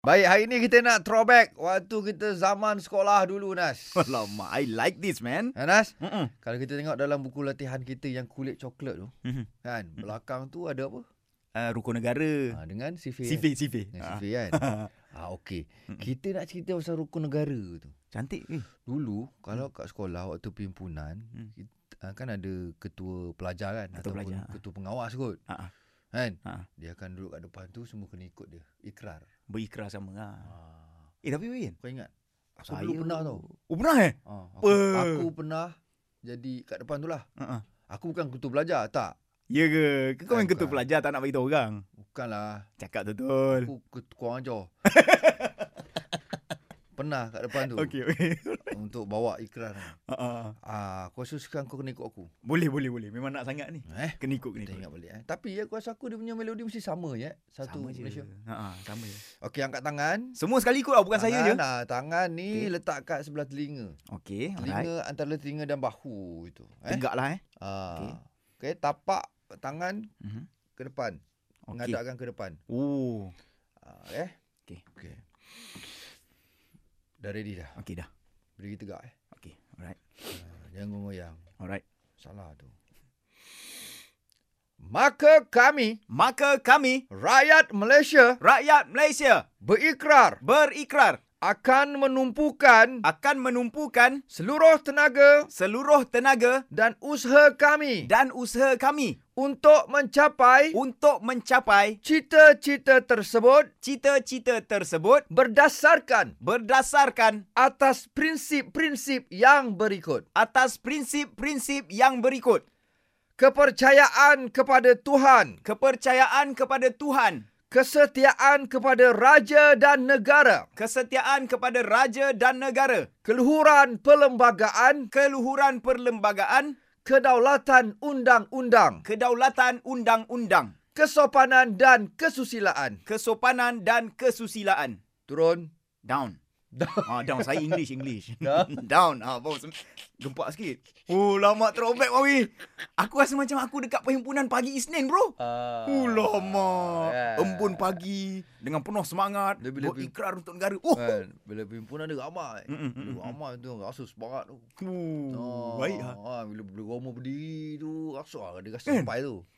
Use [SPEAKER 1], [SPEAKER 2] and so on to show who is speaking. [SPEAKER 1] Baik, hari ni kita nak throwback waktu kita zaman sekolah dulu, Nas.
[SPEAKER 2] Alamak, I like this man.
[SPEAKER 1] Ha, Nas,
[SPEAKER 2] Mm-mm.
[SPEAKER 1] kalau kita tengok dalam buku latihan kita yang kulit coklat tu,
[SPEAKER 2] Mhm.
[SPEAKER 1] kan, belakang tu ada apa?
[SPEAKER 2] Uh, Rukun Negara.
[SPEAKER 1] Ha, dengan sifir.
[SPEAKER 2] Sife,
[SPEAKER 1] Kan?
[SPEAKER 2] sife.
[SPEAKER 1] Dengan
[SPEAKER 2] Ah. Hmm.
[SPEAKER 1] sifir, kan? Ha, okey. Kita nak cerita pasal rukun negara tu.
[SPEAKER 2] Cantik. Eh.
[SPEAKER 1] Dulu, kalau kat sekolah waktu pimpinan,
[SPEAKER 2] Hmm.
[SPEAKER 1] kita, ah, kan ada ketua pelajar kan? ataupun
[SPEAKER 2] Ketua pelajar, ah.
[SPEAKER 1] Ketua pengawas kot.
[SPEAKER 2] Ah, ah.
[SPEAKER 1] Kan?
[SPEAKER 2] Ah.
[SPEAKER 1] Dia akan duduk kat depan tu, semua kena ikut dia. Ikrar.
[SPEAKER 2] Berikrar sama lah.
[SPEAKER 1] Ha.
[SPEAKER 2] Eh, tapi Win.
[SPEAKER 1] Kau ingat? Aku dulu pernah tau.
[SPEAKER 2] Oh, pernah eh?
[SPEAKER 1] Ha, aku,
[SPEAKER 2] Apa?
[SPEAKER 1] aku pernah jadi kat depan tu lah.
[SPEAKER 2] Uh-uh.
[SPEAKER 1] Aku bukan ketua belajar, tak.
[SPEAKER 2] Ya ke? Kau
[SPEAKER 1] Bukan,
[SPEAKER 2] main ketua
[SPEAKER 1] bukan.
[SPEAKER 2] pelajar tak nak beritahu orang.
[SPEAKER 1] Bukanlah.
[SPEAKER 2] Cakap betul.
[SPEAKER 1] Aku ketua kurang ajar. pernah kat depan tu
[SPEAKER 2] Okey, okey.
[SPEAKER 1] untuk bawa ikrar. ni.
[SPEAKER 2] Uh-uh.
[SPEAKER 1] Ah, aku rasa sekarang kau kena ikut aku.
[SPEAKER 2] Boleh, boleh, boleh. Memang nak sangat ni.
[SPEAKER 1] Eh,
[SPEAKER 2] Kena ikut, kena
[SPEAKER 1] kita
[SPEAKER 2] ikut.
[SPEAKER 1] ingat balik eh. Tapi aku rasa aku dia punya melodi mesti sama je. eh. Satu
[SPEAKER 2] sama
[SPEAKER 1] sama Malaysia.
[SPEAKER 2] Je. Ha, sama je.
[SPEAKER 1] Okey, angkat tangan.
[SPEAKER 2] Semua sekali ikut lah, bukan saya je.
[SPEAKER 1] tangan, Ah, tangan ni
[SPEAKER 2] Okey.
[SPEAKER 1] letak kat sebelah telinga.
[SPEAKER 2] Okey, alright.
[SPEAKER 1] Telinga antara telinga dan bahu itu, eh.
[SPEAKER 2] Tegak lah eh. Okey.
[SPEAKER 1] Ah. Okey, tapak tangan
[SPEAKER 2] Mhm.
[SPEAKER 1] ke depan.
[SPEAKER 2] Okey.
[SPEAKER 1] Mengadapkan ke depan.
[SPEAKER 2] Oh.
[SPEAKER 1] Ah, eh.
[SPEAKER 2] Okey.
[SPEAKER 1] Okey. Dah ready dah.
[SPEAKER 2] Okey dah.
[SPEAKER 1] Berdiri tegak eh.
[SPEAKER 2] Okey, alright.
[SPEAKER 1] Ah, Jangan goyang.
[SPEAKER 2] Alright.
[SPEAKER 1] Salah tu. Maka kami,
[SPEAKER 2] Maka kami,
[SPEAKER 1] rakyat Malaysia
[SPEAKER 2] rakyat Malaysia,
[SPEAKER 1] berikrar
[SPEAKER 2] berikrar
[SPEAKER 1] akan menumpukan
[SPEAKER 2] akan menumpukan
[SPEAKER 1] seluruh tenaga
[SPEAKER 2] seluruh tenaga
[SPEAKER 1] dan usaha kami
[SPEAKER 2] dan usaha kami
[SPEAKER 1] untuk mencapai
[SPEAKER 2] untuk mencapai
[SPEAKER 1] cita-cita tersebut
[SPEAKER 2] cita-cita tersebut
[SPEAKER 1] berdasarkan
[SPEAKER 2] berdasarkan
[SPEAKER 1] atas prinsip-prinsip yang berikut.
[SPEAKER 2] atas prinsip-prinsip yang berikut.
[SPEAKER 1] Kepercayaan kepada Tuhan.
[SPEAKER 2] Kepercayaan kepada Tuhan,
[SPEAKER 1] kesetiaan kepada raja dan negara,
[SPEAKER 2] kesetiaan kepada raja dan negara,
[SPEAKER 1] keluhuran perlembagaan,
[SPEAKER 2] keluhuran perlembagaan,
[SPEAKER 1] kedaulatan undang-undang,
[SPEAKER 2] kedaulatan undang-undang,
[SPEAKER 1] kesopanan dan kesusilaan.
[SPEAKER 2] kesopanan dan kesusilaan.
[SPEAKER 1] Turun.
[SPEAKER 2] Down.
[SPEAKER 1] Down.
[SPEAKER 2] Ah, down. Saya English, English.
[SPEAKER 1] Dah.
[SPEAKER 2] down. Ah, bau sem- gempak sikit. Oh, lama throwback Wawi. Aku rasa macam aku dekat perhimpunan pagi Isnin, bro.
[SPEAKER 1] Uh,
[SPEAKER 2] Oh, lama.
[SPEAKER 1] Eh.
[SPEAKER 2] Embun pagi dengan penuh semangat
[SPEAKER 1] Lebih- lebih-
[SPEAKER 2] berikrar untuk negara. Oh.
[SPEAKER 1] Kan, bila pimpinan dia ramai.
[SPEAKER 2] Mm, mm, mm,
[SPEAKER 1] Bila
[SPEAKER 2] mm.
[SPEAKER 1] ramai tu rasa semangat tu.
[SPEAKER 2] Oh,
[SPEAKER 1] Ah,
[SPEAKER 2] baik ah.
[SPEAKER 1] ah, Bila bila Romo berdiri tu rasa ah, dia rasa
[SPEAKER 2] Kan?
[SPEAKER 1] sampai tu.